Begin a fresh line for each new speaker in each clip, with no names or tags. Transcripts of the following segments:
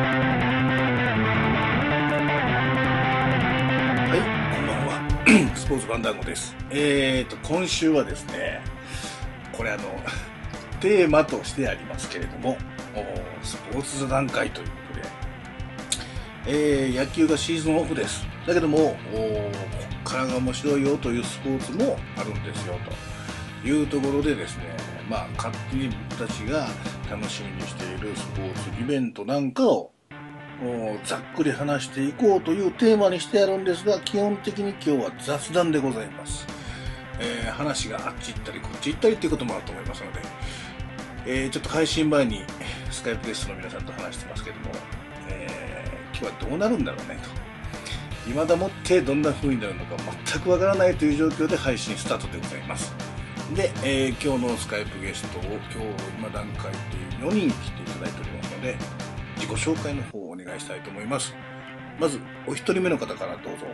ポーツ番団子です。えーと、今週はですね、これあの、 テーマとしてありますけれども、おスポーツ座談会ということで、えー野球がシーズンオフです。だけども、おこっからが面白いよというスポーツもあるんですよ、というところでですね、まあ、勝手に僕たちが楽しみにしているスポーツイベントなんかをおざっくり話していこうというテーマにしてあるんですが、基本的に今日は雑談でございます。えー話があっち行ったりこっち行ったりっていうこともあると思いますので、えーちょっと配信前にスカイプゲストの皆さんと話してますけども、えー今日はどうなるんだろうねと。未だもってどんな風になるのか全くわからないという状況で配信スタートでございます。で、えー今日のスカイプゲストを今日今段階で4人来ていただいておりますので、自己紹介の方をお願いしたいと思います。まず、お一人目の方からどうぞ。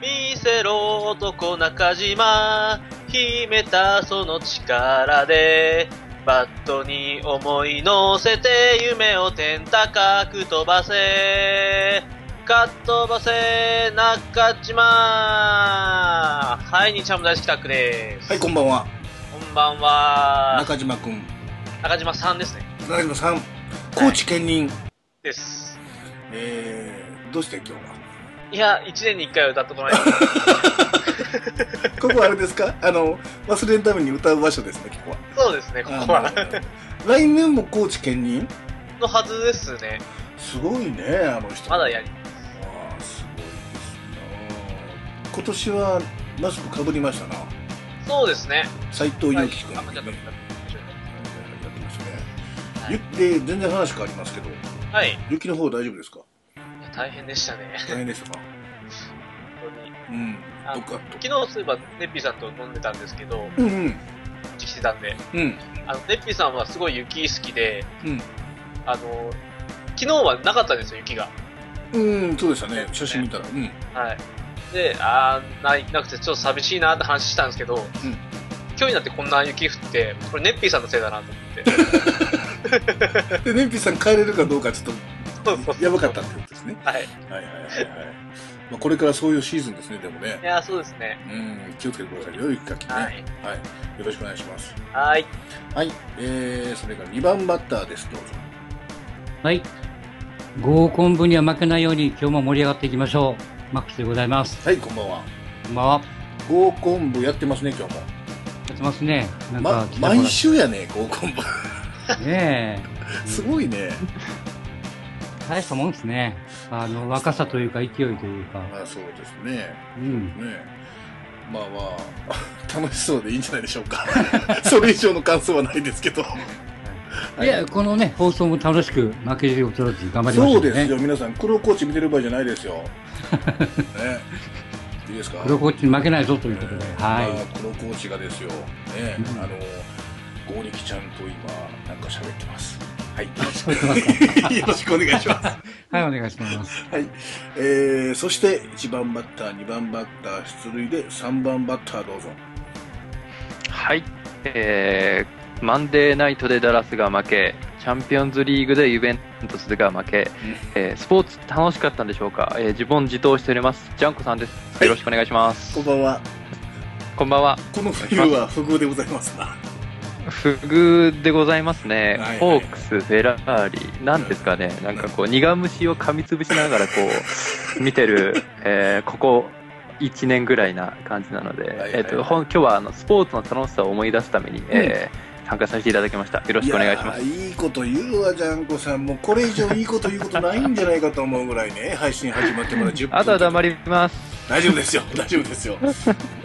見せろ男中島秘めたその力でバットに思い乗せて夢を天高く飛ばせかっ飛ばせ中島はい、日ハム大好きタックです。
はい、こんばんは。
こんばんは。
中島くん。
中島さんですね。
中島さん、高知県人。
です。
えー、どうして今日は
いや、一年に一回は歌ってこない。
ここはあれです かあの、忘れるために歌う場所ですね、ここは。
そうですね、ここは。
あの来年も高知県人
のはずですね。
すごいね、あの人。
まだやり。
あーすごいですね。今年はマスクかぶりましたな。
そうですね。
斎藤
は
佑
い
樹君。
あ間違った間違っ
やってましたね。
た
ゆで、全然話変わりますけど、
はい。はい
雪の方大丈夫です か
いや大変でしたね。
大変でしたか
本当に
うん。
あ
どっかと。
昨日そういえば、ネッピーさんと飲んでたんですけ ど、
うんうん。
こっち来てたんで、
うん。
あの、ネッピーさんはすごい雪好きで、
うん。
あの、昨日はなかったんですよ、雪が。
うん、そうでしたね。写真見たら。うん。
はい。で、あーない、なくてちょっと寂しいなって話したんですけど、今日になってこんな雪降って、これネッピーさんのせいだなと思って。
で、燃費さん帰れるかどうかちょっ
そうそう
と、やばかったってことですね。
はい。い
はいはいはいはい。まあ、これからそういうシーズンですね、でもね。
やー、そうですね。
うん、気をつけてくださいよ、雪かきね。
は
はい。
い。
よろしくお願いします。
はい。
はい。えー、それから2番バッターです、どうぞ。
はい。合コン部には負けないように今日も盛り上がっていきましょう。マックスでございます。
はい、こんばんは。
こんばんは。
合コン部やってますね、今日も。
やってますね。なん
ま
か、来、た
毎週やね、合コン部。
頃ねえ。
すごいね。
大したもんですね。あの、若さというか勢いというか。
まあ、そうですね。
うん。
ねえまあまあ 楽しそうでいいんじゃないでしょうか それ以上の感想はないですけど
いや、このね、放送も楽しく負けず劣らず頑張りましょ
そう
うね。
ですよ皆さん黒コーチ見てる場合じゃないです よ、ね、いいですか
黒
コ
コーチに負けないぞと
ー
いうことで。は
黒コーチがですよ、ね
うん
あの剛力ちゃんと今なんか喋ってます はい
喋って
よろしくお願いします
い。はい、お願いします。
はい、えー、そして1番バッター2番バッター出塁で3番バッターどうぞ
はい、えーマンデーナイトでダラスが負け、チャンピオンズリーグでユベントスが負け、えースポーツ楽しかったんでしょうか、えー自問自答しております、ジャンコさんです。よろしくお願いします。
こんばんは
こんばんは。
この冬は不遇でございますな
不遇でございますね
はいはい。
ホークス、フェラーリ、なんですかね、なんかこう、苦虫を噛みつぶしながらこ う、見てる、えーここ、1年ぐらいな感じなので、
はい
えっと、ほん今日はあのスポーツの楽しさを思い出すために、えー参加させていただきました。よろしくお願いします。
いやーいいこと言うわジャンコさんもうこれ以上いいこと言うことないんじゃないかと思うぐらい ね配信始まってから10分
あとは黙ります。
大丈夫ですよ大丈夫ですよ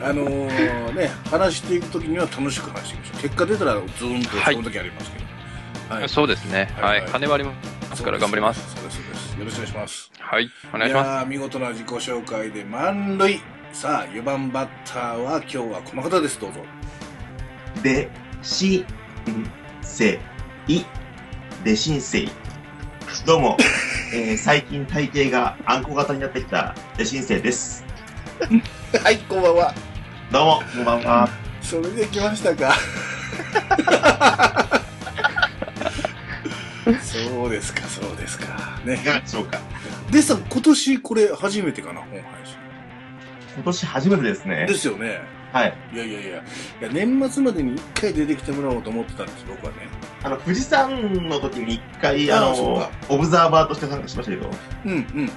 あのーね話していく時には楽しく話していきましょう結果出たらズーンと
はい
その時ありますけど、はい
そうですね。
は
はいい。金はありますから頑張ります。
そうですそうですよろしくお願いします
はい。お願いします。
やー見事な自己紹介で満塁さあ4番バッターは今日はこの方ですどうぞ
で、し、ん、せ、い、でしんせい。どうも、えー最近体型があんこ型になってきたでしんせいです。
はいこんばんは
どうも、こんばんは。
それで来ました か。そうですか、そうですか。
い
ね。
かがでしょうか。
でさん、今年これ初めてかな、本配信。
今年初めてですね
で。すよね。
はい。
いやいやいや、いや年末までに一回出てきてもらおうと思ってたんです、僕はね。
あの、富士山の時に一回、あ
あそう
の
だ、
オブザーバーとして参加しましたけど、
うんうん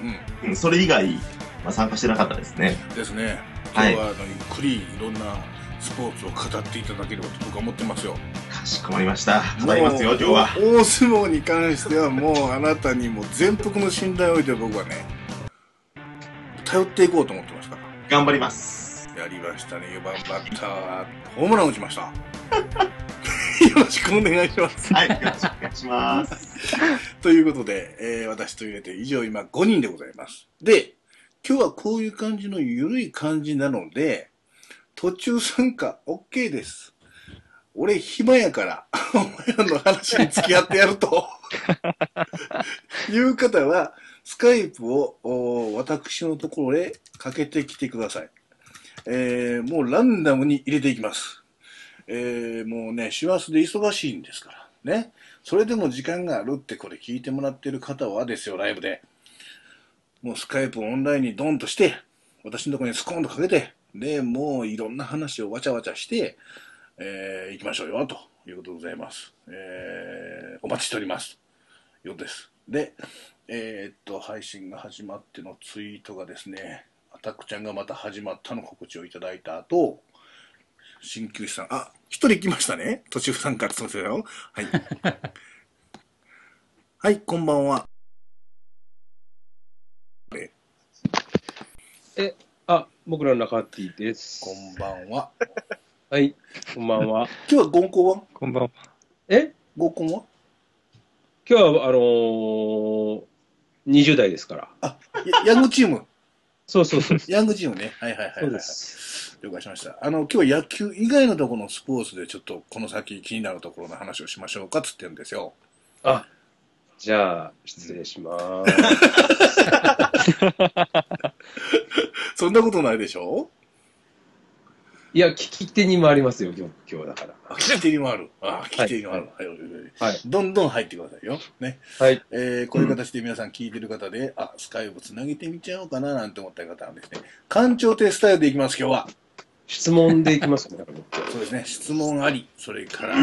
う
うん、それ以外、まあ、参加してなかったですね。
ん。ですね。今
はい
日は、あのゆっくりいろんなスポーツを語っていただければと僕は思ってますよ。
かしこまりました。語りますよ、
も
今
う
日は。
大相撲に関しては、もうあなたにもう全幅の信頼を置いて僕はね、頼っていこうと思ってますから。
頑張ります。
やりましたね、4番バッターはホームラン打ちました。 よろしくお願いします。
はい、よろしくお願いします。
ということで、えー私と入れて以上今5人でございます。で、今日はこういう感じのゆるい感じなので、途中参加 OK です。俺暇やから、お前らの話に付き合ってやると。いう方は、スカイプをお私のところへかけてきてください。えーもうランダムに入れていきます。えーもうね、師走で忙しいんですから。ね。それでも時間があるってこれ聞いてもらってる方はですよ、ライブで。もうスカイプをオンラインにドンとして、私のところにスコーンとかけて、で、もういろんな話をわちゃわちゃして、えー行きましょうよ、ということでございます。えーお待ちしております。ようです。で、えーっと、配信が始まってのツイートがですね、アタックちゃんがまた始まったの告知をいただいた後、鍼灸師さん、あ、一人来ましたね。途中参加って言ってましたよ。はい。はい、こんばんは。
あ、僕らの中ティです。
こんばんは。
はい、こんばんは。
今日は合コンは
こんばんは。
え
合コンは
今日は、あのー、20代ですから。
やヤン グチーム。
そうそうそう。
ヤングチームね。はいはいはい、はい。
そうです。
了解しました。あの、今日は野球以外のところのスポーツでちょっとこの先気になるところの話をしましょうかっつってるんですよ。
じゃあ、失礼します。
そんなことないでしょ
いや、聞き手にもありますよ、今日、今日だから。
あ、聞き手にもある。あ、聞き手にもある。はい、はいはい
はい
どんどん入ってくださいよ。ね。
はい。
えーこういう形で皆さん聞いてる方で、あ、スカイブつなげてみちゃおうかななんて思った方はですね、官庁亭スタイルでいきます、今日は。
質問でいきますかね、
そうですね、質問あり、それから、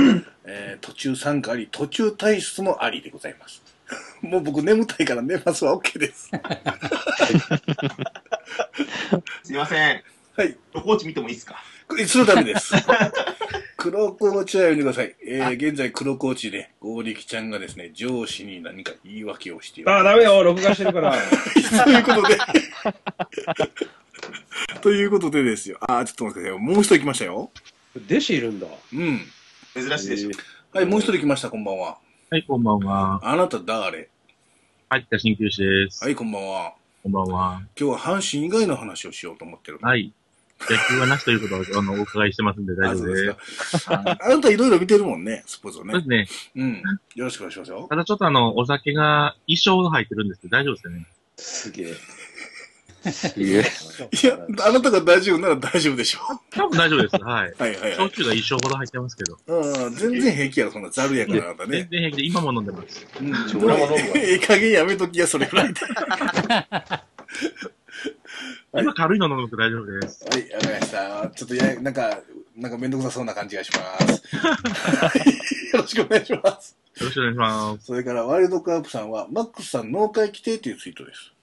えー途中参加あり、途中退出もありでございます。 もう僕眠たいから寝ますは OK です。
すいません。
はい。
どこーチ見てもいいですか
これ、するため です。黒コーチは読んでください。えー現在黒コーチで、剛力ちゃんがですね、上司に何か言い訳をしている。
あ、ダメよ、録画してるから。
ということで。 ということでですよ。あー、ちょっと待ってくださいよ。もう一人来ましたよ。
弟子いるんだ。
うん。
珍しいでしょ。
はい、もう一人来ました、こんばんは。
はい、こんばんは。
あなた誰
入った鍼灸師です。
はい、こんばんは。
こんばんは。
今日は阪神以外の話をしようと思ってる。
はい。野球はなしということをあのお伺いしてますんで大丈夫です。
すか。あなたいろいろ見てるもんね、スポーツを
そうで
ね。
すね。
うん。よろしくお願いしますよ。
ただちょっとあの、お酒が、衣装が入ってるんですけど大丈夫ですかね。
すげえ。
すげえ。
いや、あなたが大丈夫なら大丈夫でしょ
多分大丈夫です。はい。
う。はいはいは
焼
い。
酎が衣装ほど入ってますけど。
うん、全然平気やろ、そんなザルやからあなた
全
ね。
然平気で、今も飲んでます。
うん、
俺も飲むわ
ええ加減やめときや、それぐらいで。はい
今軽いの飲むと大丈夫です。
はい、わかりました。ちょっとや、なんか、なんかめんどくさそうな感じがします。 よろしくお願いします。
よろしくお願いします。
それから、ワイルドカープさんは、マックスさん、農会規定というツイートです。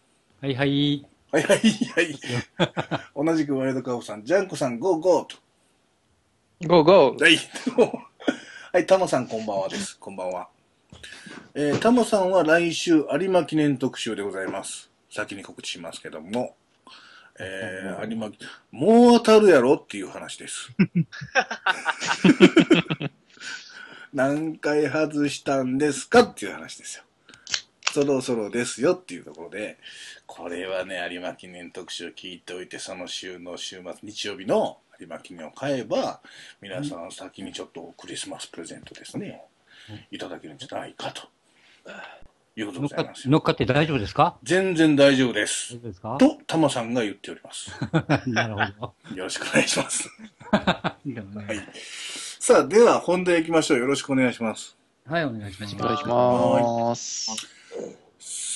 はいはい。
はいはいはい。同じくワイルドカープさん、ジャンコさん、ゴーゴーと。
ゴー
は
ゴー
い、どうもはい、タマさんこんばんはです。こんばんは。えー、タマさんは来週有馬記念特集でございます。先に告知しますけども。えー、有馬、もう当たるやろっていう話です。何回外したんですかっていう話ですよ。そろそろですよっていうところで、これはね、有馬記念特集を聞いておいて、その週の週末、日曜日の有馬記念を買えば、皆さん先にちょっとクリスマスプレゼントですね、いただけるんじゃないかと。いうことでご
乗っ
ざい
か
ますよ。
乗っかって大丈夫ですか
全然大丈夫です
大丈。夫ですか
と、タマさんが言っております。
なる ほど。
よろしくお願いします。
でもね
はい さあ、では本題行きましょう。よろしくお願いします。
はい、お願いします。
お願いします。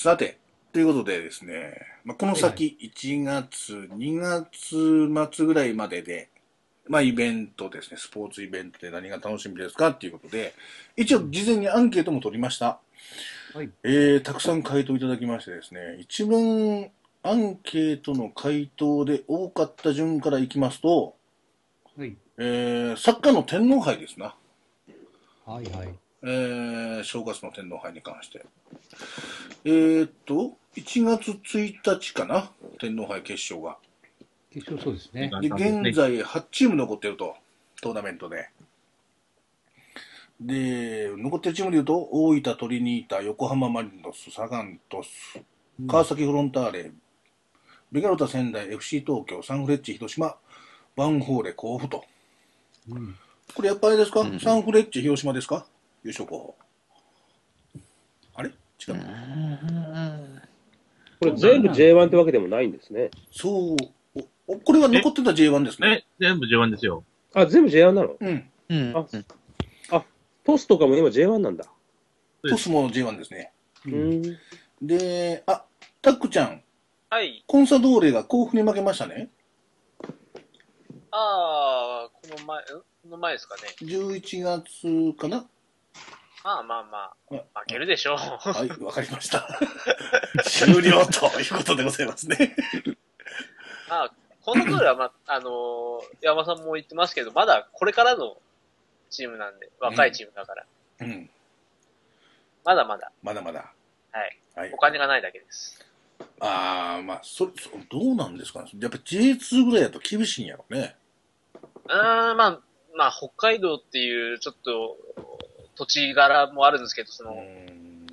さて、ということでですね、まあ、この先、1月、2月末ぐらいまでで、まあ、イベントですね、スポーツイベントで何が楽しみですかっていうことで、一応事前にアンケートも取りました。
はい
えー、たくさん回答いただきましてですね、一番アンケートの回答で多かった順からいきますと、
はい。
えー、サッカーの天皇杯ですな。
はいはい。
えー、正月の天皇杯に関して。えー、っと、1月1日かな天皇杯決勝が。
決勝そうですね。
で、現
在。
在8チーム残ってると、トーナメントで。で、残ってるチームでいうと、大分トリニータ、横浜マリノス、サガン鳥栖、川崎フロンターレ、ベガロタ仙台、FC 東京、サンフレッチェ広島、バンホーレ甲府と。
うん
これやっぱりあれですか、
うん
サンフレッチェ広島ですか優勝候補。あれ違う、
これ全部 J1 ってわけでもないんですね。
そうおおこれは残ってた J1 ですね。
え、全部10ですよ。、
あ、全部 J1 なの
うん。
うん
あトスとかも今 J1 なんだ。
トスも J1 ですね。
う
うん
ん。
で、あ、タックちゃん、
はい。
コンサドーレが甲府に負けましたね。
あー、この前、んこの前ですかね。
11月かな
まあまあま
はい
あ、負けるでしょう。
はい、わかりました。終了ということでございますね。
まあ、この通りは、 まあ、あのー山さんも言ってますけど、まだこれからのチームなんで、若いチームだから、
うん、
まだまだ、
まだまだ。
はい。
はい
お。金がないだけです。
ああ、まあ、そ、そ、どうなんですかね。やっぱ J2 ぐらいだと厳しいんやろね。
うーん、まあ、まあ、北海道っていう、ちょっと、土地柄もあるんですけど、その、
ん。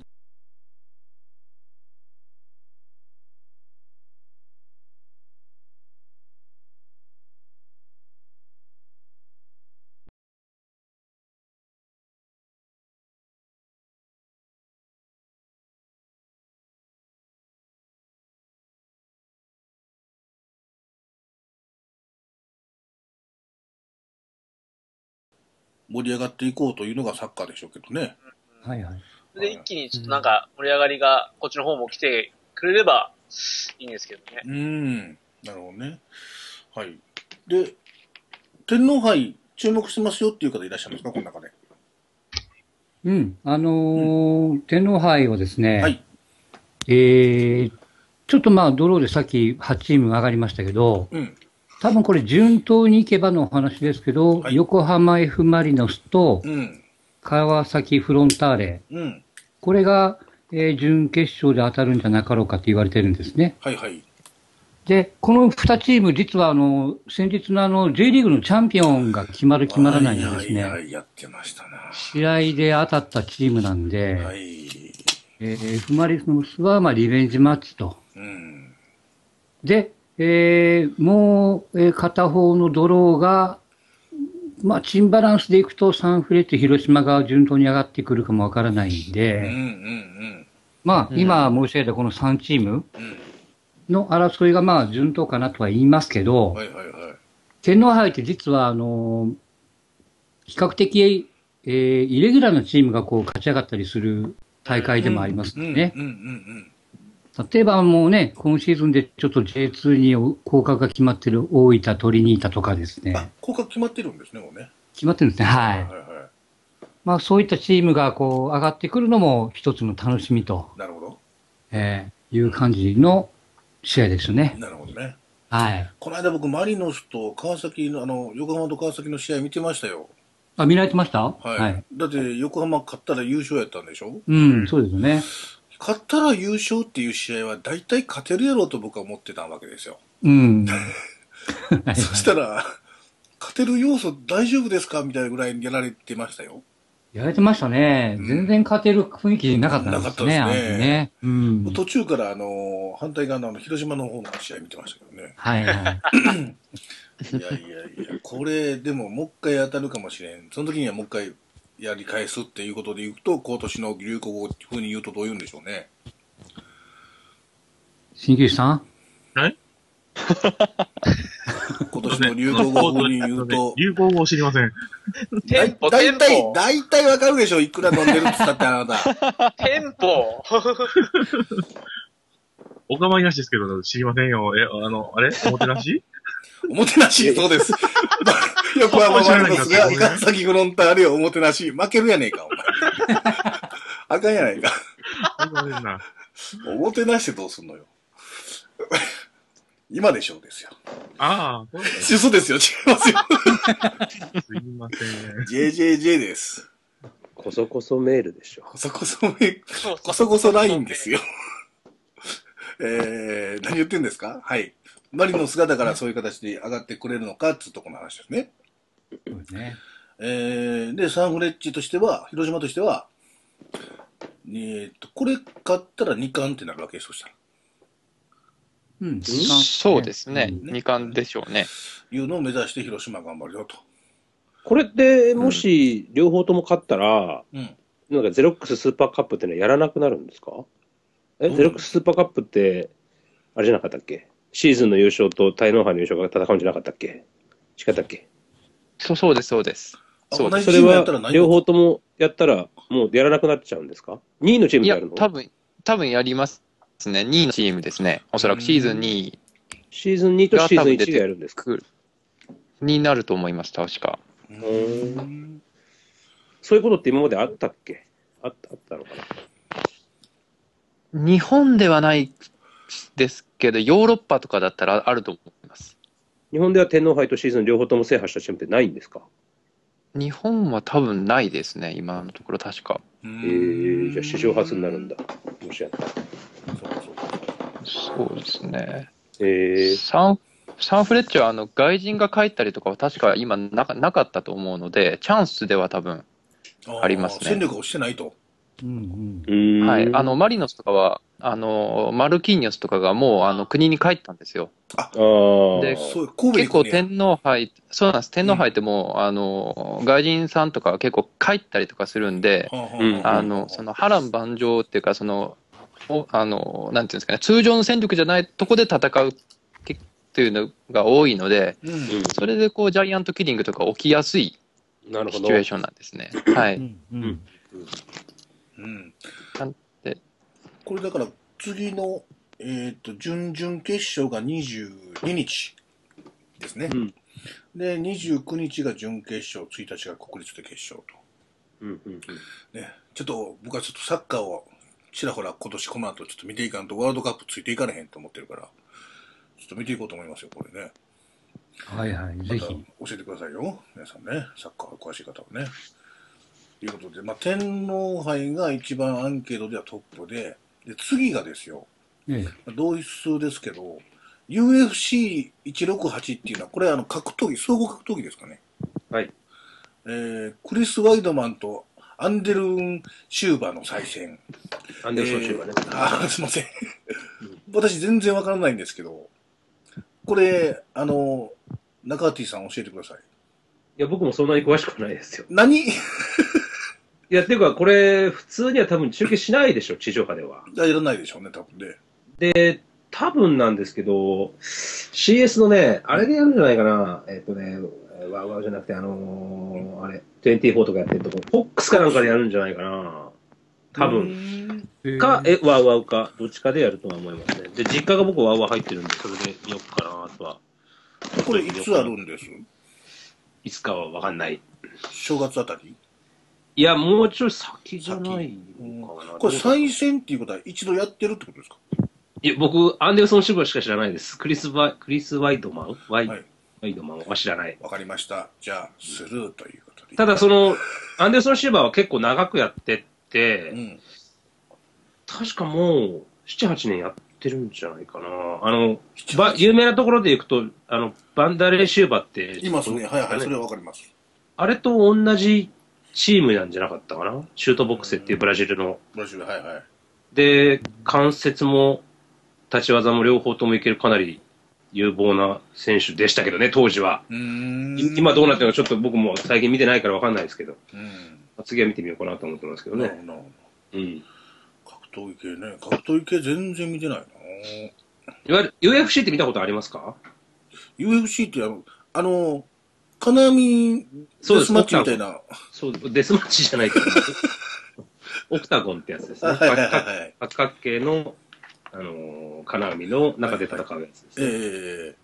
盛り上がっていこうというのがサッカーでしょうけどね。
はいはい。
で、一気にちょっとなんか盛り上がりが、こっちの方も来てくれればいいんですけど ね。
うん。なるほどね。はい。で、天皇杯注目してますよっていう方いらっしゃいますかこの中で。
うん。あのー天皇杯はですね、
はい
えー、ちょっとまあ、ドローでさっき8チーム上がりましたけど、
うん。
多分これ順当に行けばのお話ですけど、
はい
横浜 F ・マリノスと
うん。
川崎フロンターレ、
うん。
これが、えー準決勝で当たるんじゃなかろうかと言われてるんですね。
はいはい。
で、この2チーム、実はあの、先日のあの、J リーグのチャンピオンが決まる決まらないんです
はいは
ね。
い、やってましたな。
試合で当たったチームなんで、
はい。
えー F ・マリノスはまあリベンジマッチと。
うん。
で、えーもう、えー片方のドローが、まあ、チンバランスでいくとサンフレッチェ広島が順当に上がってくるかもわからないん
うんう
で、
ん
まあ、
うん
今申し上げたこの3チーム
うん。
の争いがまあ順当かなとは言いますけ
うん。
ど、
はいはいはい。
天皇杯って実は、あのー比較的、えーイレギュラーなチームがこう勝ち上がったりする大会でもあります
う
ので
ん
ね。
うんうん
例えばもうね、今シーズンでちょっと J2 に降格が決まってる大分、トリニータとかです
うん。あ
ね、、
降格決まってるんですね、もうね。
決まってるんですね。は
はい
い。
は
まあそういったチームがこう上がってくるのも一つの楽しみと、
い。なるほど。
えーいう感じの試合ですよね。
なるほどね。
はい。
この間僕、マリノスと川崎の、あの、横浜と川崎の試合見てましたよ。
あ、見られてました
はい。
はい。
だって、横浜勝ったら優勝やったんでしょ
うん、そうですよね。
勝ったら優勝っていう試合は大体勝てるやろうと僕は思ってたわけですよ。
うん。はい
そしたら、勝てる要素大丈夫ですかみたいなぐらいやられてましたよ。
やられてましたね。
うん
全然勝てる雰囲気なかったんですね、
な
あ
かった
の
ですね
時ね。うん。
途中から、あの、反対側のあの広島の方の試合見てましたけどね。
はいは
い
い。
やいやいや、これ、でも、もう一回当たるかもしれん。その時にはもう一回やり返すっていうことで言うと、今年の流行語風に言うとどう言うんでしょうね。
新旧さん
今年の流行語風に言うと
流行語を知りません。
だ
テン
い
ポ、
だ
テン
いたい、
ポ、
だいたいわかるでしょいくら飲んでるって言ったってあなた。
テンポ。
お構いなしですけど、知りませんよ。え、あの、あれおもて なし
おもてなし、そう です。横浜マリノスが川崎フロンターレをおもてなし、負けるやねえか、お前。 あかんやないか。
あごめんな。
おもてなしてどうすんのよ。 今でしょう ですよ。
ああ、そうです
嘘ですよ、違いますよ。
すいません。
JJJ です。
こそこそメールでしょ。
こそこそめ、
そう
こそこそラインですよ。 えー、何言ってんですかはい。マリノスがだからそういう形で上がってくれるのかっていうところの話ですね。
そうね。
えーで、サンフレッチェとしては、広島としては、えーっと、これ買ったら2冠ってなるわけです、そしたら。
うん。
そうですね。
うん
二冠でしょうね。
いうのを目指して広島頑張るよと。
これって、もし、両方とも勝ったら、
うん。
なんかゼロックススーパーカップってのはやらなくなるんですかえ、
うん
ゼロックススーパーカップって、あれじゃなかったっけシーズンの優勝と天皇杯の優勝が戦うんじゃなかったっけ違ったっけ
そうそうです、そうです。
あ
そう
同じチ
そ
ー
れ
ムやったら
は
何、
両方ともやったら、もうやらなくなっちゃうんですか ?2 位のチーム
い
でや
や
るの、
多分、多分やりますね。2位のチームですね。おそらくシーズン2位
シーズン2とシーズン1でやるんですか
くるになると思います、確か。
うん
そういうことって今まであったっけあったあったのかな
日本ではないですけど、ヨーロッパとかだったらあると思います。
日本では天皇杯とシーズン両方とも制覇したチームってないんですか
日本は多分ないですね、今のところ確か。
えー、じゃあ史上初になるんだ。。もしやったら。
そうそう
そうですね。
えー、
サンサンフレッチェはあの外人が帰ったりとかは確か今なかなかったと思うので、チャンスでは多分、
そう
ありますね
ー戦力をしてないと。
うん
うーん
はい、あのマリノスとかはあの、マルキーニョスとかがもうあの国に帰ったんですよ。
あー
で
そう、神戸に
結
行
構
くね
天皇杯、そうなんです、天皇杯ってもう、あの外人さんとかは結構帰ったりとかするんで、
は
うん
はは
あのその波乱万丈っていうか、そのおあのなんていうんですかね、通常の戦力じゃないとこで戦うけっていうのが多いので、
うん
それでこうジャイアントキリングとか起きやすい
うん、なるほ
シ
ど
チュエーションなんですね。は
う
い、
ん。うん。
うん
なんで
これだから、次の、えーっと、準々決勝が22日ですね。
うん
で、29日が準決勝、1日が国立で決勝と。
うんうんうん
ね、ちょっと僕はちょっとサッカーをちらほら今年この後ちょっと見ていかんとワールドカップついていかれへんと思ってるから、ちょっと見ていこうと思いますよ、これね。
はいはい、
ま
ぜ
た
ひ。
教えてくださいよ、皆さんね。サッカー詳しい方はね。ということで、まあ、天皇杯が一番アンケートではトップで、で、次がですよ、
ええ
まあ同一数ですけど、UFC168 っていうのは、これあの格闘技、総合格闘技ですかね。
はい。
えー、クリス・ワイドマンとアンデルン・シューバーの再戦。
アンデルソン・シューバーね、
あーすいません。私全然わからないんですけど、これ、あの、中畑さん教えてください。
いや僕もそんなに詳しくないですよ
何
いやっていうかこれ普通には多分中継しないでしょ地上波では
やらないでしょうね、多分ね。
で多分なんですけど CS のねあれでやるんじゃないかなえっ、とねワウワウじゃなくてあのー、あれ24とかやってるとこフォックスかなんかでやるんじゃないかな多分
分。
か、え、ワウワウか、どっちかでやるとは思いますね。で、実家が僕ワウワウ入ってるんで、それで見よっかなとは。
これいつあるんです
いつかはわかんない。
正月あたり
いや、もうちょい先じゃない
うん
のかな。
これ再戦っていうことは一度やってるってことですか
いや、僕、アンデルソン・シューバーしか知らないです。クリス・ワイ、クリス・ワイドマンワイ,、
はい
ワイドマンは知らない。
わかりました。じゃあ、スルーということで。
ただ、その、アンデルソン・シューバーは結構長くやってって、
うん。
確かもう、7、8年やってるんじゃないかな。あの、ば有名なところで行くと、あの、バンダレー・シューバーって、
いますね。はいはい、それはわかります。
あれと同じチームなんじゃなかったかなシュートボックスっていうブラジルの。
ブラジル、はいはい。
で、関節も立ち技も両方ともいけるかなり有望な選手でしたけどね、当時は。
うーん。
い今どうなってるのかちょっと僕も最近見てないからわかんないですけど、
うん。
次は見てみようかなと思ってますけど
なる
ね。
ほどなるほ
うん。
ど。格闘技系ね。格闘技系全然見てないな。
いわゆる UFC って見たことありますか
UFC ってあの、あの、金網
そう
デ
で
ス
す
マッチみたいな。は
そう、デスマッチじゃな いけど、オクタゴンってやつですね。
いはいはいはい。
八角形の、あのーの、金網の中で戦うやつですね。
え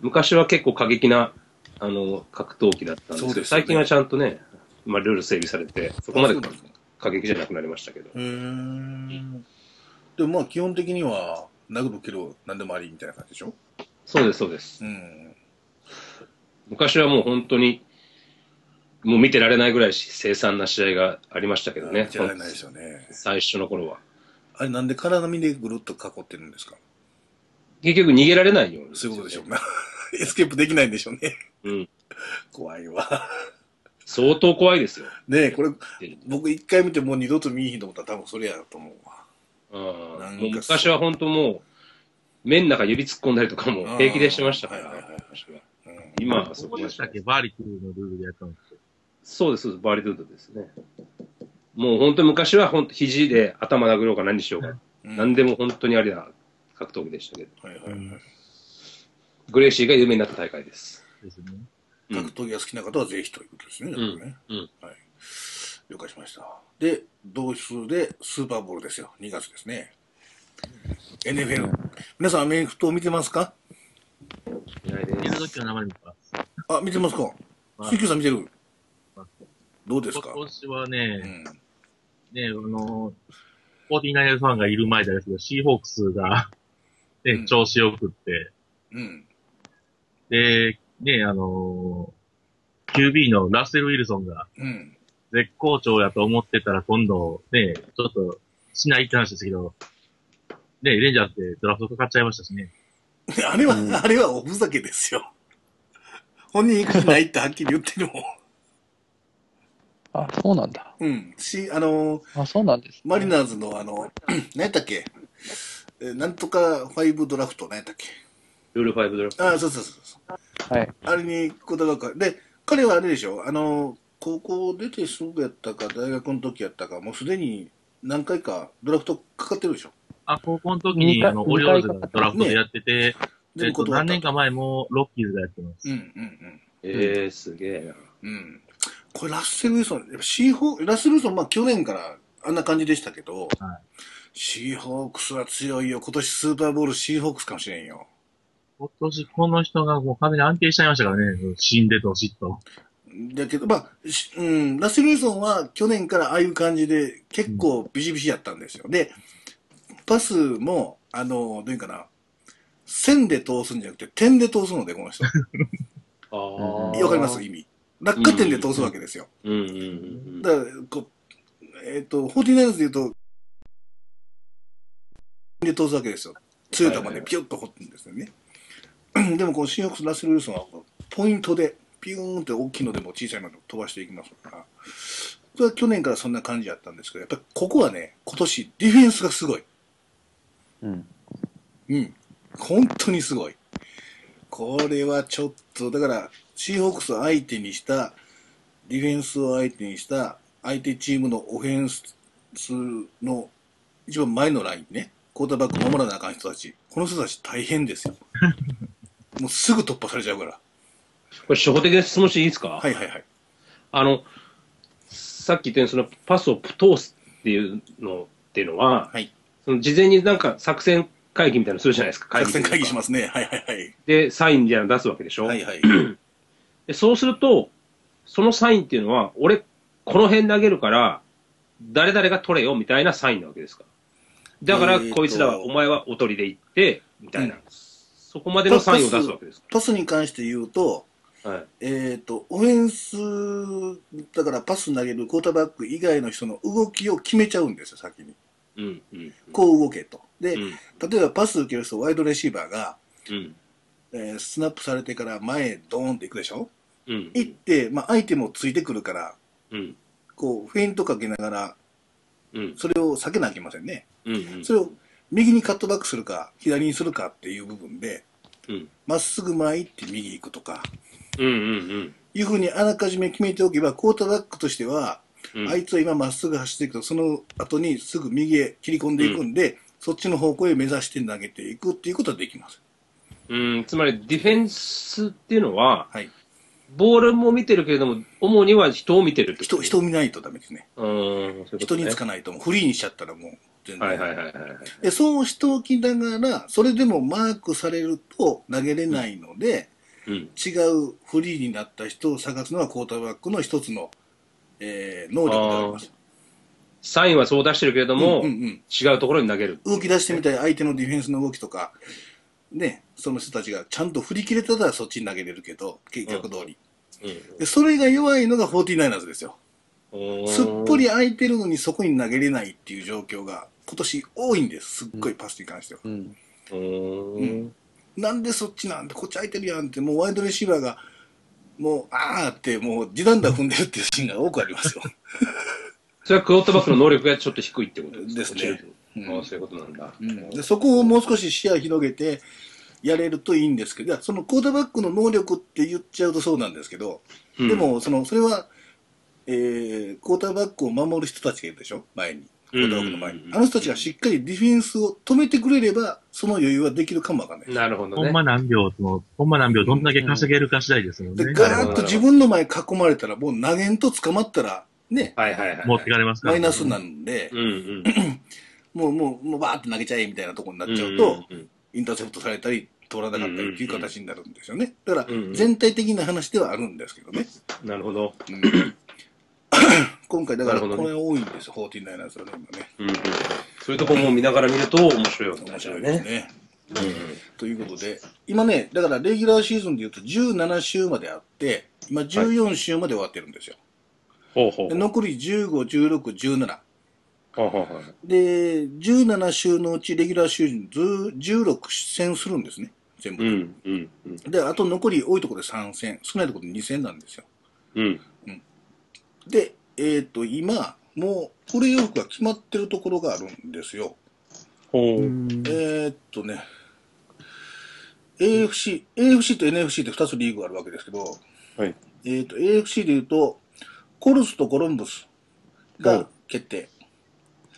昔は結構過激な、あの、格闘技だったんですけ
そうで
ど、
すよね
最近はちゃんとね、まあ、ルール整備されて、そ
ー、
こまで
あそうなんすね
過激じゃなくなりましたけど。
うーん。でもまあ基本的には、殴る蹴る何でもありみたいな感じでしょ
そうです、そうです。
うん。
昔はもう本当に、もう見てられないぐらい凄惨な試合がありましたけどね。
じゃられないですよね。
最初の頃は。
あれなんで体身でぐるっと囲ってるんですか
結局逃げられないように、
そういうことでしょうね。 エスケープできないんでしょうね。
うん。
怖いわ。
相当怖 いですよ。
ねえ、これ、僕一回見てもう二度と見えへんと思ったら多分それやと思うわ。
うん
なんか
もう昔は本当もう、目の中指突っ込んだりとかも平気でしてましたか
うんはいはい
ら
はい、
昔は
うん
今はそ
そ
こま
こで
で
したっけバーリキューのルールでやったんですけど。
そうです、そうですバリドゥードですね。もう本当に昔は本当肘で頭殴ろうか何しようか、
うん
何でも本当にありな格闘技でしたけど、
はいはいはい。
グレイシーが有名になった大会です。
ですね。
うん
格闘技が好きな方はぜひということですね。
ん
だからね
うん
はい。了解しました。で、同日でスーパーボールですよ。2月ですね。NFL。皆さんアメフトを見てますか
見るときは生で見てます。
あ、見てますか
はい
水球さん見てる
はい
どうですか
今年は
う
ね、
ん。
ね、あの、フォーティナイルファンがいる前ですけど、シーホークスがね、
うん
調子よくって、
うん。
で、ね、あの、QB のラッセル・ウィルソンが
うん。
絶好調やと思ってたら今度、ね、ちょっと、しないって話ですけど、ね、レンジャーってドラフトかかっちゃいましたしね。
あれは、あれはおふざけですよ。本人行く気ないってはっきり言ってるもん。
あ、そうなんだ。
うん。し、あの、
あ、そうなんです、
マリナーズのあの、 何やったっけえーなんとかファイブドラフト、何やったっけ
ルール5ドラフト。
あ、そうそうそうそう。
はい。
あれにこだわるから。で、彼はあれでしょ、あの、高校出てすぐやったか、大学の時やったか、もうすでに何回かドラフトかかってるでしょ。
あ、高校の時に、あの、
二
オリオー
回
ルズがドラフトでやってて、え
全
っと、
部断っ
何
た
年か前もロッキーズがやってます。
うんうん
えー、すげえな。
うん。うん。これラッセル・ウィルソン、やっぱシーホー、ラッセル・ウィルソン、まあ去年からあんな感じでしたけど、
は
シーホークスは強いよ。今年スーパーボールシーホークスかもしれんよ。
今年この人がもう完全に安定しちゃいましたからね、死んでとしっと。
だけど、まあ、しうん、ラッセル・ウィルソンは去年からああいう感じで結構ビシビシやったんですよ。で、パスも、あの、どういうかな、線で通すんじゃなくて点で通すので、この人。わ
あ
ー
かります意味。落下点で通すわけですよ。
うんうんうん
だから、こう、えっ、と、フォーティナインズで言うと、で通すわけですよ。強い球でピュッと掘ってんですよね。 でも、この新ホークス、ラッセル・ウィルソンは、ポイントで、ピューンって大きいのでも小さいのでも飛ばしていきますから、それは去年からそんな感じやったんですけど、やっぱりここはね、今年、ディフェンスがすごい。
うん。
うん。本当にすごい。これはちょっと、だから、シーホークスを相手にした、ディフェンスを相手にした、相手チームのオフェンスの一番前のラインね、クォーターバック守らなあかん人たち、この人たち大変ですよ。もうすぐ突破されちゃうから。
これ、初歩的な質問していいですか
はいはいはい。
あの、さっき言ったように、そのパスを通すっていうのっていうのは、
はい
その事前になんか作戦会議みたいなのするじゃないですか、。
作戦会議しますすね。はいはいはい。
で、サインみたいなの出すわけでしょ、
はいはい。
でそうすると、そのサインっていうのは、俺、この辺投げるから、誰々が取れよみたいなサインなわけですか。だから、
えーと
こいつらは、お前はおとりで行って、みたいな、そこまでのサインを出すわけです
パスに関して言うと、
か。はい。
えっ、と、オフェンス、だからパス投げるクォーターバック以外の人の動きを決めちゃうんですよ、先に。
うん、うん。
こう動けと。で、
うん、
例えばパス受ける人、ワイドレシーバーが、
うん、
えースナップされてから前へドーンっていくでしょ
うん。
行って、まあ、相手もついてくるから、
うん、
こう、フェイントかけながら、
うん、
それを避けなきゃいけませんね。
うん、うん。
それを右にカットバックするか、左にするかっていう部分で
うん、
ま、っすぐ前行って右行くとか、
うん、うん、
いうふうにあらかじめ決めておけば、クォーターバックとしては、
うん。
あいつは今まっすぐ走っていくと、その後にすぐ右へ切り込んでいくんで、そっちの方向へ目指して投げていくっていうことはできます。
うん、つまりディフェンスっていうのは、
はい。
ボールも見てるけれども、主には人を見てるってこと
人、人を見ないとダメですね。
うーん、そういうこと
人
ね
につかないともうフリーにしちゃったらもうってんの。
はいはいはいはいはい。
で、そうしておきながら、それでもマークされると投げれないので、
うん。
違うフリーになった人を探すのはクォーターバックの一つの、えー能力であります。
サインはそう出してるけれども、
うんうんうん
違うところに投げる。
動き出してみたい相手のディフェンスの動きとか、ね、その人たちがちゃんと振り切れたらそっちに投げれるけど、計画通り。でそれが弱いのが 49ers ですよ。すっぽり空いてるのにそこに投げれないっていう状況が今年多いんです。すっごいパスに関しては。
うん。
うんなんでそっちなんて、こっち空いてるやんって、もうワイドレシーバーが、もう、あーって、もう、地団打踏んでるっていうシーンが多くありますよ。
それはクロートバックの能力がちょっと低いってことです
ですね
落ちる
うん
ああそういうことなんだ。
うんでそこをもう少し視野広げてやれるといいんですけど、いやそのクォーターバックの能力って言っちゃうとそうなんですけど、
うん
で、も、その、それは、えー、クォーターバックを守る人たちがいるでしょ前に。クォーターバックの前に。あの人たちがしっかりディフェンスを止めてくれれば、その余裕はできるかもわかんない。
なるほど
ほ
ね
ん。ま何秒、その、ほんま何秒、どんだけ稼げるか次第ですよね
で、。ガーッと自分の前囲まれたら、もう投げんと捕まったら、ね、
はいはいはい。
持ってかれますから。
マイナスなんで、
うんうん。
もう、もう、もうバーって投げちゃえみたいなところになっちゃうと、
うん
インターセプトされたり、通らなかったりっていう形になるんですよね。だから
うんう、ん
全体的な話ではあるんですけどね。
なるほど。
今回、だから、
な
こ
るほど
れ
ね
多いんですよ、49ーズはね、今ね。
うんうん。そういうとこも見ながら見ると面白いわけ
面
です
白
よ
いです
ね。
ね。
うんうん
ということで、今ね、だから、レギュラーシーズンで言うと17週まであって、今14週まで終わってるんですよ。
ほうほう
で残り15、16、17。
ほうほうほう。
で、17週のうち、レギュラーシーズンず16戦するんですね、全
う
部。
んうんうん
で、あと残り多いところで3戦、少ないところで2戦なんですよ。
うん。
で、えっ、と、今、もう、プレイオフが決まってるところがあるんですよ。
ほ
え
う。
ーっとね、AFC、AFC と NFC って2つリーグがあるわけですけど、
はい
えーっと、AFC で言うと、コルスとコロンブスが決定。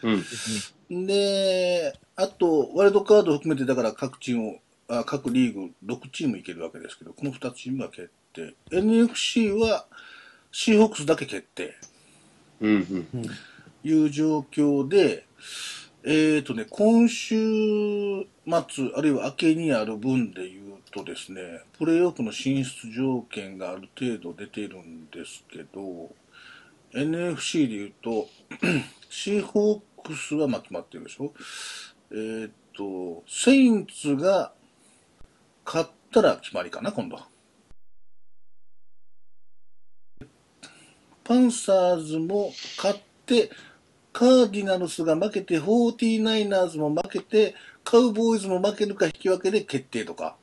うん。
で、あと、ワイルドカード含めて、だから各チームをあ、各リーグ6チームいけるわけですけど、この2チームが決定。NFC は、シーホークスだけ決定。
うんうん。
いう状況で、えっ、とね、今週末、あるいは明けにある分で言うとですね、プレーオフの進出条件がある程度出てるんですけど、NFC で言うと、 シーホークスはまあ決まってるでしょえっ、と、セインツが勝ったら決まりかな、今度。パンサーズも勝って、カーディナルスが負けて、49ers も負けて、カウボーイズも負けるか引き分けで決定とか。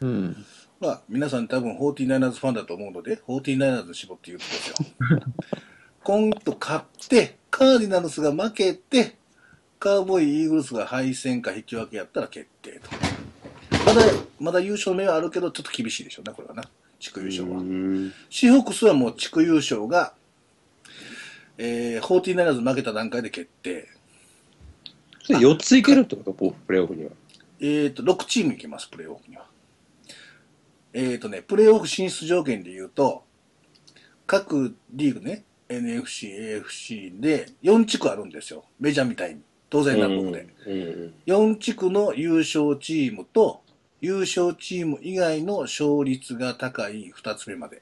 うん。
まあ、皆さん多分 49ers ファンだと思うので、49ers に絞って言うとですよ。今度勝って、カーディナルスが負けて、カウボーイ、イーグルスが敗戦か引き分けやったら決定と。まだ、まだ優勝目はあるけど、ちょっと厳しいでしょうね、これはな。地区優勝は。シーホークスはもう地区優勝が、えー、49ers 負けた段階で決定。
4ついけるってことこうプレーオフには。
えっ、と、6チームいけます、プレーオフには。えっ、とね、プレーオフ進出条件で言うと、各リーグね、NFC、AFC で4地区あるんですよ。メジャーみたいに。東西南北で。
うん
4地区の優勝チームと、優勝チーム以外の勝率が高い2つ目まで。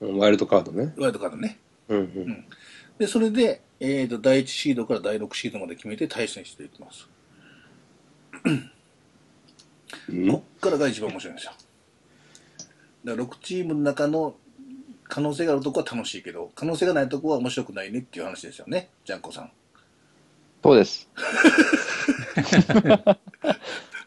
うん。ワイルドカードね。
ワイルドカードね。
うんうん。
で、それで、えっ、と、第1シードから第6シードまで決めて対戦していきます。こっからが一番面白いんですよ。だから6チームの中の可能性があるとこは楽しいけど、可能性がないとこは面白くないねっていう話ですよね、ジャンコさん。
そう です。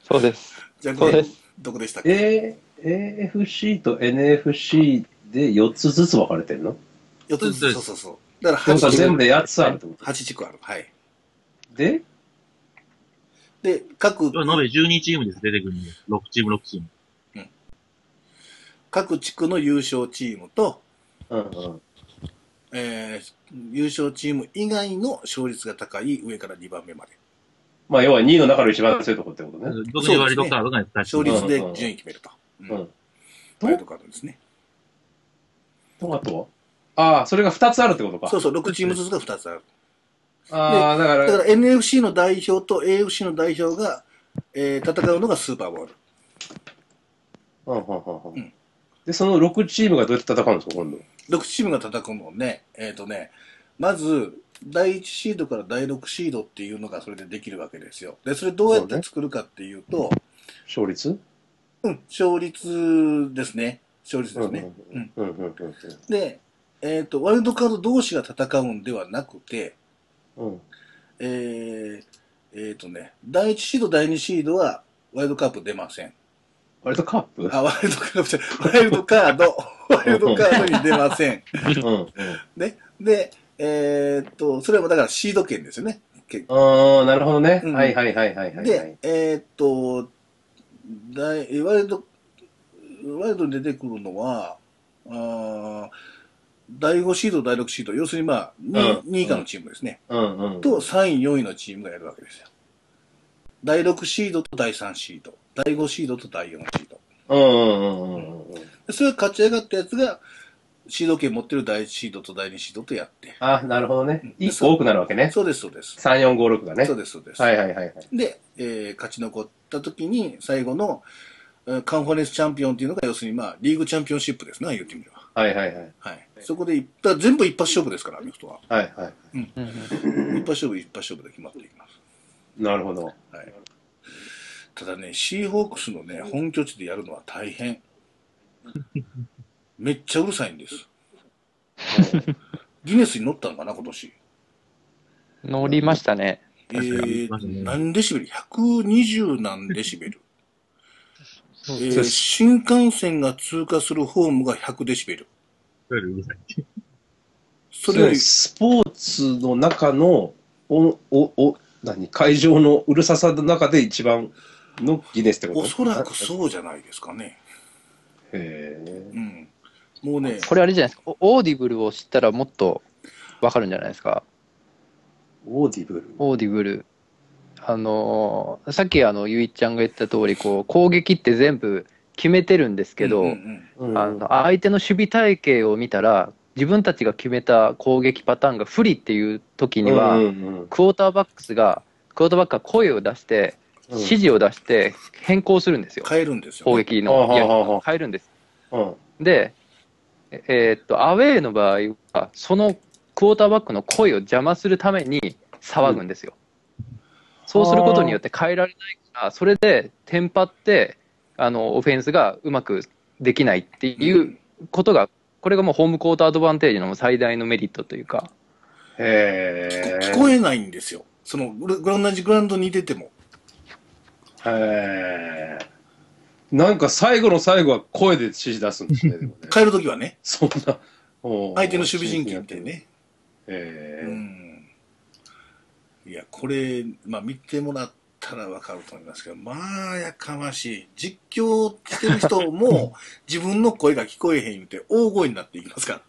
そうです。
ジャンコさ
そうんで、
どこでしたっけ
えー、AFC と NFC で4つずつ分かれてんの
?4 つずつ、そ
そ
ううそうそう。だから
でもさ、
8地
全部
区、
で8つあるってこ
8地区ある。はい。
とで、
で、各、
今、延べ12チームです、出てくるんで。6チーム、6チーム。
各地区の優勝チームと、
うんうん。
えー優勝チーム以外の勝率が高い上から2番目まで。
まあ、要は2位の中の一番強いとこってことね。
どこに割とカードがね
勝率で順位決めると。うん
うん。
ワイルドカードですね。
トマトはああ、それが2つあるってことか。
そうそう、6チームずつが2つある。
ああ、だか、
だからら NFC の代表と AFC の代表が、えー戦うのがスーパーボール。
はんはんはんはん
うん
で、その6チームがどうやって戦うんですか、今度。
6チームが叩くのね、えっ、とね、まず、第1シードから第6シードっていうのがそれでできるわけですよ。で、それどうやって作るかっていうと、
勝率
うん、勝率ですね。勝率ですね。
うんうんうんうん
で、えっ、と、ワイルドカード同士が戦うんではなくて、
うんうん。
えっ、えーとね、第1シード、第2シードはワイルドカップ出ません。
あれとカップ
あ、ワイルドカードじゃない、ワイルドカー ド、ワイルドカードに出ません。
うんうん。
ね。で、えーっと、それもだからシード権ですよね。結
ああ、なるほどね。
うん
はいはいはいはい
構
はい。
で、、えーっと、大ワイルド、ワイルドに出てくるのは、あー第5シード、第6シード、要するにまあ、2,
うん
位以下のチームですね。
うんうん。
と、3位、4位のチームがやるわけですよ。第6シードと第3シード、第5シードと第4シード。
うんうんうんうんうん。
でそれが勝ち上がったやつが、シード権持ってる第1シードと第2シードとやって。
あなるほど
うん
ね。一個多くなるわけね。
そうです、そうです。
3、4、5、6がね
そう。です、そうです。
はいはいはいはい。
で、えー勝ち残った時に、最後の、えーカンファレンスチャンピオンっていうのが、要するにまあ、リーグチャンピオンシップですな、言ってみれば。
はいはいはい。
はい。そこで一、だから全部一発勝負ですから、アメフトは。
はいはい。
一発勝負、一発勝負で決まっていきます。
なるほど。
はい。ただね、シーホークスのね、本拠地でやるのは大 変。めっちゃうるさいんです。ギネスに乗ったのかな、今年。
乗りましたね。
え
確かに
ー、何デシベル ?120 何デシベル。え
そう
ー新幹線が通過するホームが100デシベル。
それよりうるさい。
それより、
スポーツの中の、お、お、お、何会場のうるささの中で一番のギネスってこと
おそらくそうじゃないですかね。
へえ。
うん。もうね、
これあれじゃないですか。オオーディブルを知ったらもっとわかるんじゃないですか。
オーディブル。
オーディブル。あのーさっきあの、ゆいちゃんが言った通り、こう、攻撃って全部決めてるんですけど、
うんうん
うん
あの相手の守備体系を見たら、自分たちが決めた攻撃パターンが不利っていう時には、
うんうん
クォーターバックスが、クォーターバックが声を出して、
うん、
指示を出して変更するんですよ、
変えるんですよ、
攻
ね。
撃
あ
の
はあ
やり
はあは
方変えるんです。
うん
で、ええーっと、アウェーの場合は、そのクォーターバックの声を邪魔するために騒ぐんですよ。そうすることによって変えられないから、それでテンパって、あの、オフェンスがうまくできないっていうことが、これがもうホームコートアドバンテージの最大のメリットというか、
へえ。
聞こえないんですよ。その、グラ同じグラウンドに出ても。
へえ。なんか最後の最後は声で指示出すんですね、でもね
変えるときはね、
そんな。おー
相手の守備陣形って。ね。
へ
う
え。
んいや、これ、まあ見てもらったらわかると思いますけど、まあやかましい。実況してる人も自分の声が聞こえへんって大声になっていきますか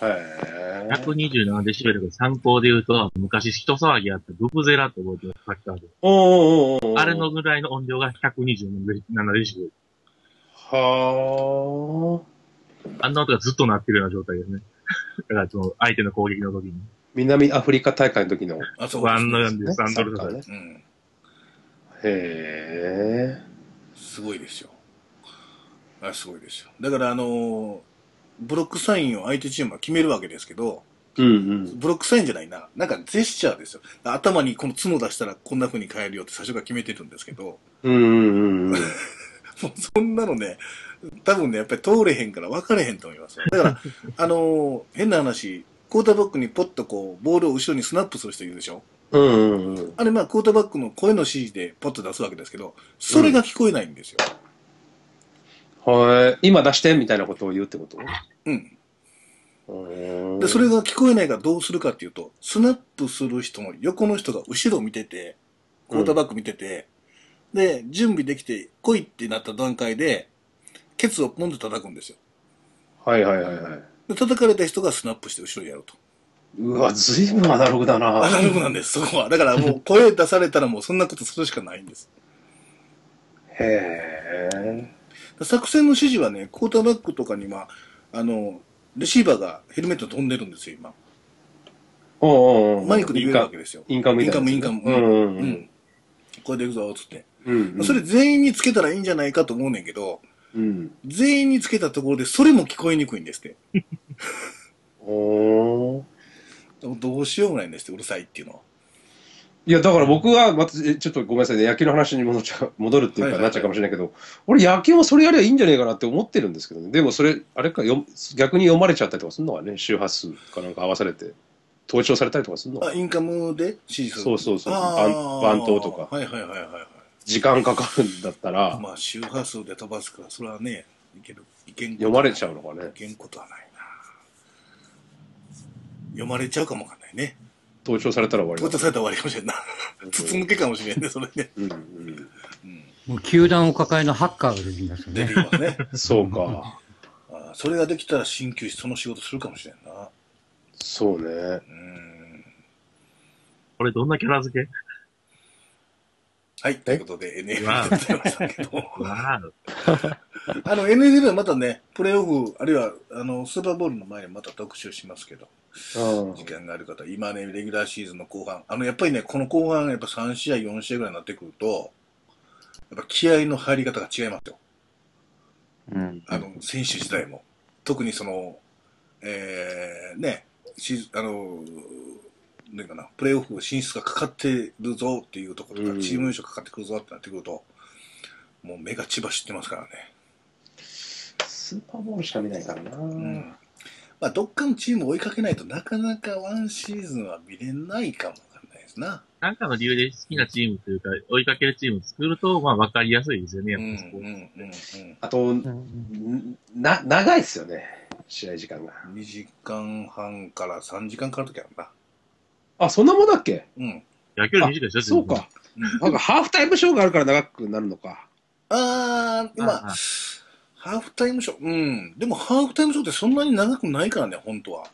ら。
へえ。
127デシベルが参考で言うと、昔人騒ぎあったブブゼラって覚えてます、サッカーで。
おーおーおーおー
あれのぐらいの音量が127デシベル。
はあ。
あんな音がずっと鳴ってるような状態ですね。だから、その、相手の攻撃の時に。
南アフリカ大会の時の。ね
あ、そ
ワンの4で
サ
3ドル
ッ
と
カ
か
ー
で。
ね。
うん。
へ
すごいですよ。あすごいですよ。だからあのーブロックサインを相手チームは決めるわけですけど、
え。うん
ブロックサインじゃないな。なんかジェスチャーですよ。頭にこの角出したらこんな風に変えるよって最初から決めてるんですけど、
うん。うんうんうんうん。
もうそんなのね、多分ね、やっぱり通れへんから分かれへんと思いますよ。だ から、あのー変な話、クォーターバックにポッとこう、ボールを後ろにスナップする人いるでしょ
うんうんうん。
あれ、まあ、クォーターバックの声の指示でポッと出すわけですけど、それが聞こえないんですよ。
はい。今出してみたいなことを言うってこと
うん。
うん
で、それが聞こえないからどうするかっていうと、スナップする人の横の人が後ろ見てて、クォーターバック見てて、で、準備できて、来いってなった段階で、ケツをポンと叩くんですよ。
はいはいはいはい。
で、叩かれた人がスナップして後ろにやると。
うわ、ずいぶんアナログだな。
アナログなんです、そこは。だからもう声出されたらもうそんなことするしかないんです。
へえ。
作戦の指示はね、クォーターバックとかには、あの、レシーバーがヘルメット飛んでるんですよ、今。
うんうんうん。
マイクで言えるわけ
イン
ですよ。
インカム
イ
み
ン
た
カ
い
ム、
な。
インカム。
うんうんう
うんん。これでいくぞ、つって。
うんうん。
それ全員につけたらいいんじゃないかと思うねんけど、
うん。
全員につけたところでそれも聞こえにくいんですって。
おー
どうしようもないんですって、うるさいっていうのは。
いや、だから僕は、まず、えちょっとごめんなさいね、野球の話に戻っちゃう、戻るっていう
はい
か、
はい
なっちゃうかもしれないけど、俺野球もそれやりゃいいんじゃねえかなって思ってるんですけどね。でもそれ、あれか、よ逆に読まれちゃったりとかするのはね、周波数かなんか合わされて、盗聴されたりとかするの
あ、インカムで指示する。
そうそうそう
あー
番番頭とか
はいはいはいはいはい。
時間かかるんだったら、
まあ、周波数で飛ばすから、それはね、いける、いけん
読まれちゃうのかね
い。けんことはないな。読まれちゃうかもわかんないね。
盗聴されたら終わりだ
渡されたら終わりかもしれんな。筒抜けかもしれんね、それね。
うんうん
うん。
もう球団を抱えのハッカーが出てきますよ
出
ね
て。きますね。
そうか。
あーそれができたら鍼灸師その仕事するかもしれんな。
そうね。
うーん。
これどんなキャラ付け
はい、ということで NFL でございましたけど。
わー
あの NFL はまたね、プレイオフ、あるいはあのスーパーボールの前にまた特集しますけど、
うん
時間がある方、今ね、レギュラーシーズンの後半、あの、やっぱりね、この後半、やっぱ3試合、4試合ぐらいになってくると、やっぱ気合の入り方が違いますよ。
うん。
あの、選手自体も。特にその、えー、ね、しあの、なんかな、プレイオフ進出がかかってるぞっていうところとか、
うん
チーム優勝かかってくるぞってなってくると、もう目が千葉知ってますからね。
スーパーボールしか見ないからな。
うん。まあ、どっかのチームを追いかけないとなかなかワンシーズンは見れないかもわかんないですな。
なんかの理由で好きなチームというか、追いかけるチームを作ると、まあ分かりやすいですよね、
う
や
ん、
っ
う
ぱ
ん
そこ、、
うん、
あと、な、長いっすよね。試合時間が。
うん。2時間半から3時間かかるときあるな。
あ、そんなもんだっけ
うん。
野球より短いでしょ、
そう
全然
か。
うん
なんかハーフタイムショーがあるから長くなるのか。
あー、まあ
ああ
ハーフタイムショー、うん。でも、ハーフタイムショーってそんなに長くないからね、本当は。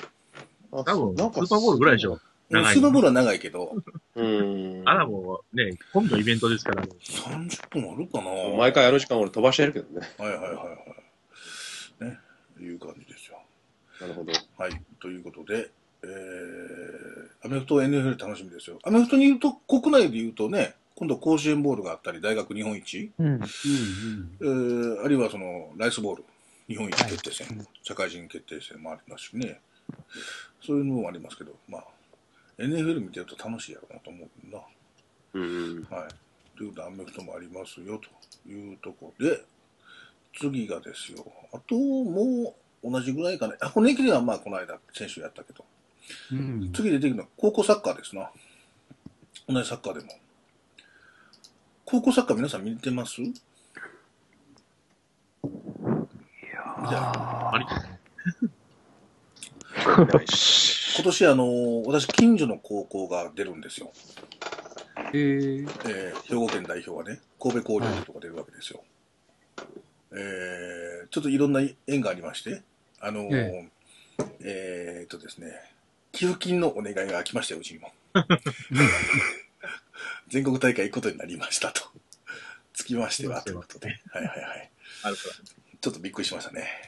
多
多分、スーパーボールぐらいでしょ。長い
スーパーボールは長いけど、
うん。
あらもうね、今度イベントですから、
30分あるかな
毎回あの時間俺飛ばしてやるけどね。
はいはいはいはい。ね、いう感じですよ。
なるほど。
はい。ということで、えー、アメフト NFL 楽しみですよ。アメフトに言うと、国内で言うとね、今度甲子園ボールがあったり、大学日本一、
うん。
うん
えー、あるいはその、ライスボール、日本一決定戦、
はい
社会人決定戦もありますしね。そういうのもありますけど、まあ、NFL 見てると楽しいやろうなと思うな。
うん。
はい。ということで、アメフトもありますよというところで、次がですよ。あと、もう同じぐらいかね。あ、この駅ではまあ、この間、選手やったけど。
うんうん
次出てくるのは高校サッカーですな。同じサッカーでも。高校サッカー皆さん見てます
ありと
今年あのー私近所の高校が出るんですよ。
えー
えー兵庫県代表はね、神戸交流とか出るわけですよ。えーちょっといろんな縁がありまして、あのーえ
え
ーっとですね、寄付金のお願いが来ましたよ、う ちにも。全国大会行くことになりましたと。つきましては、ということで。はいはいはい。
あるから。
ちょっとびっくりしましたね。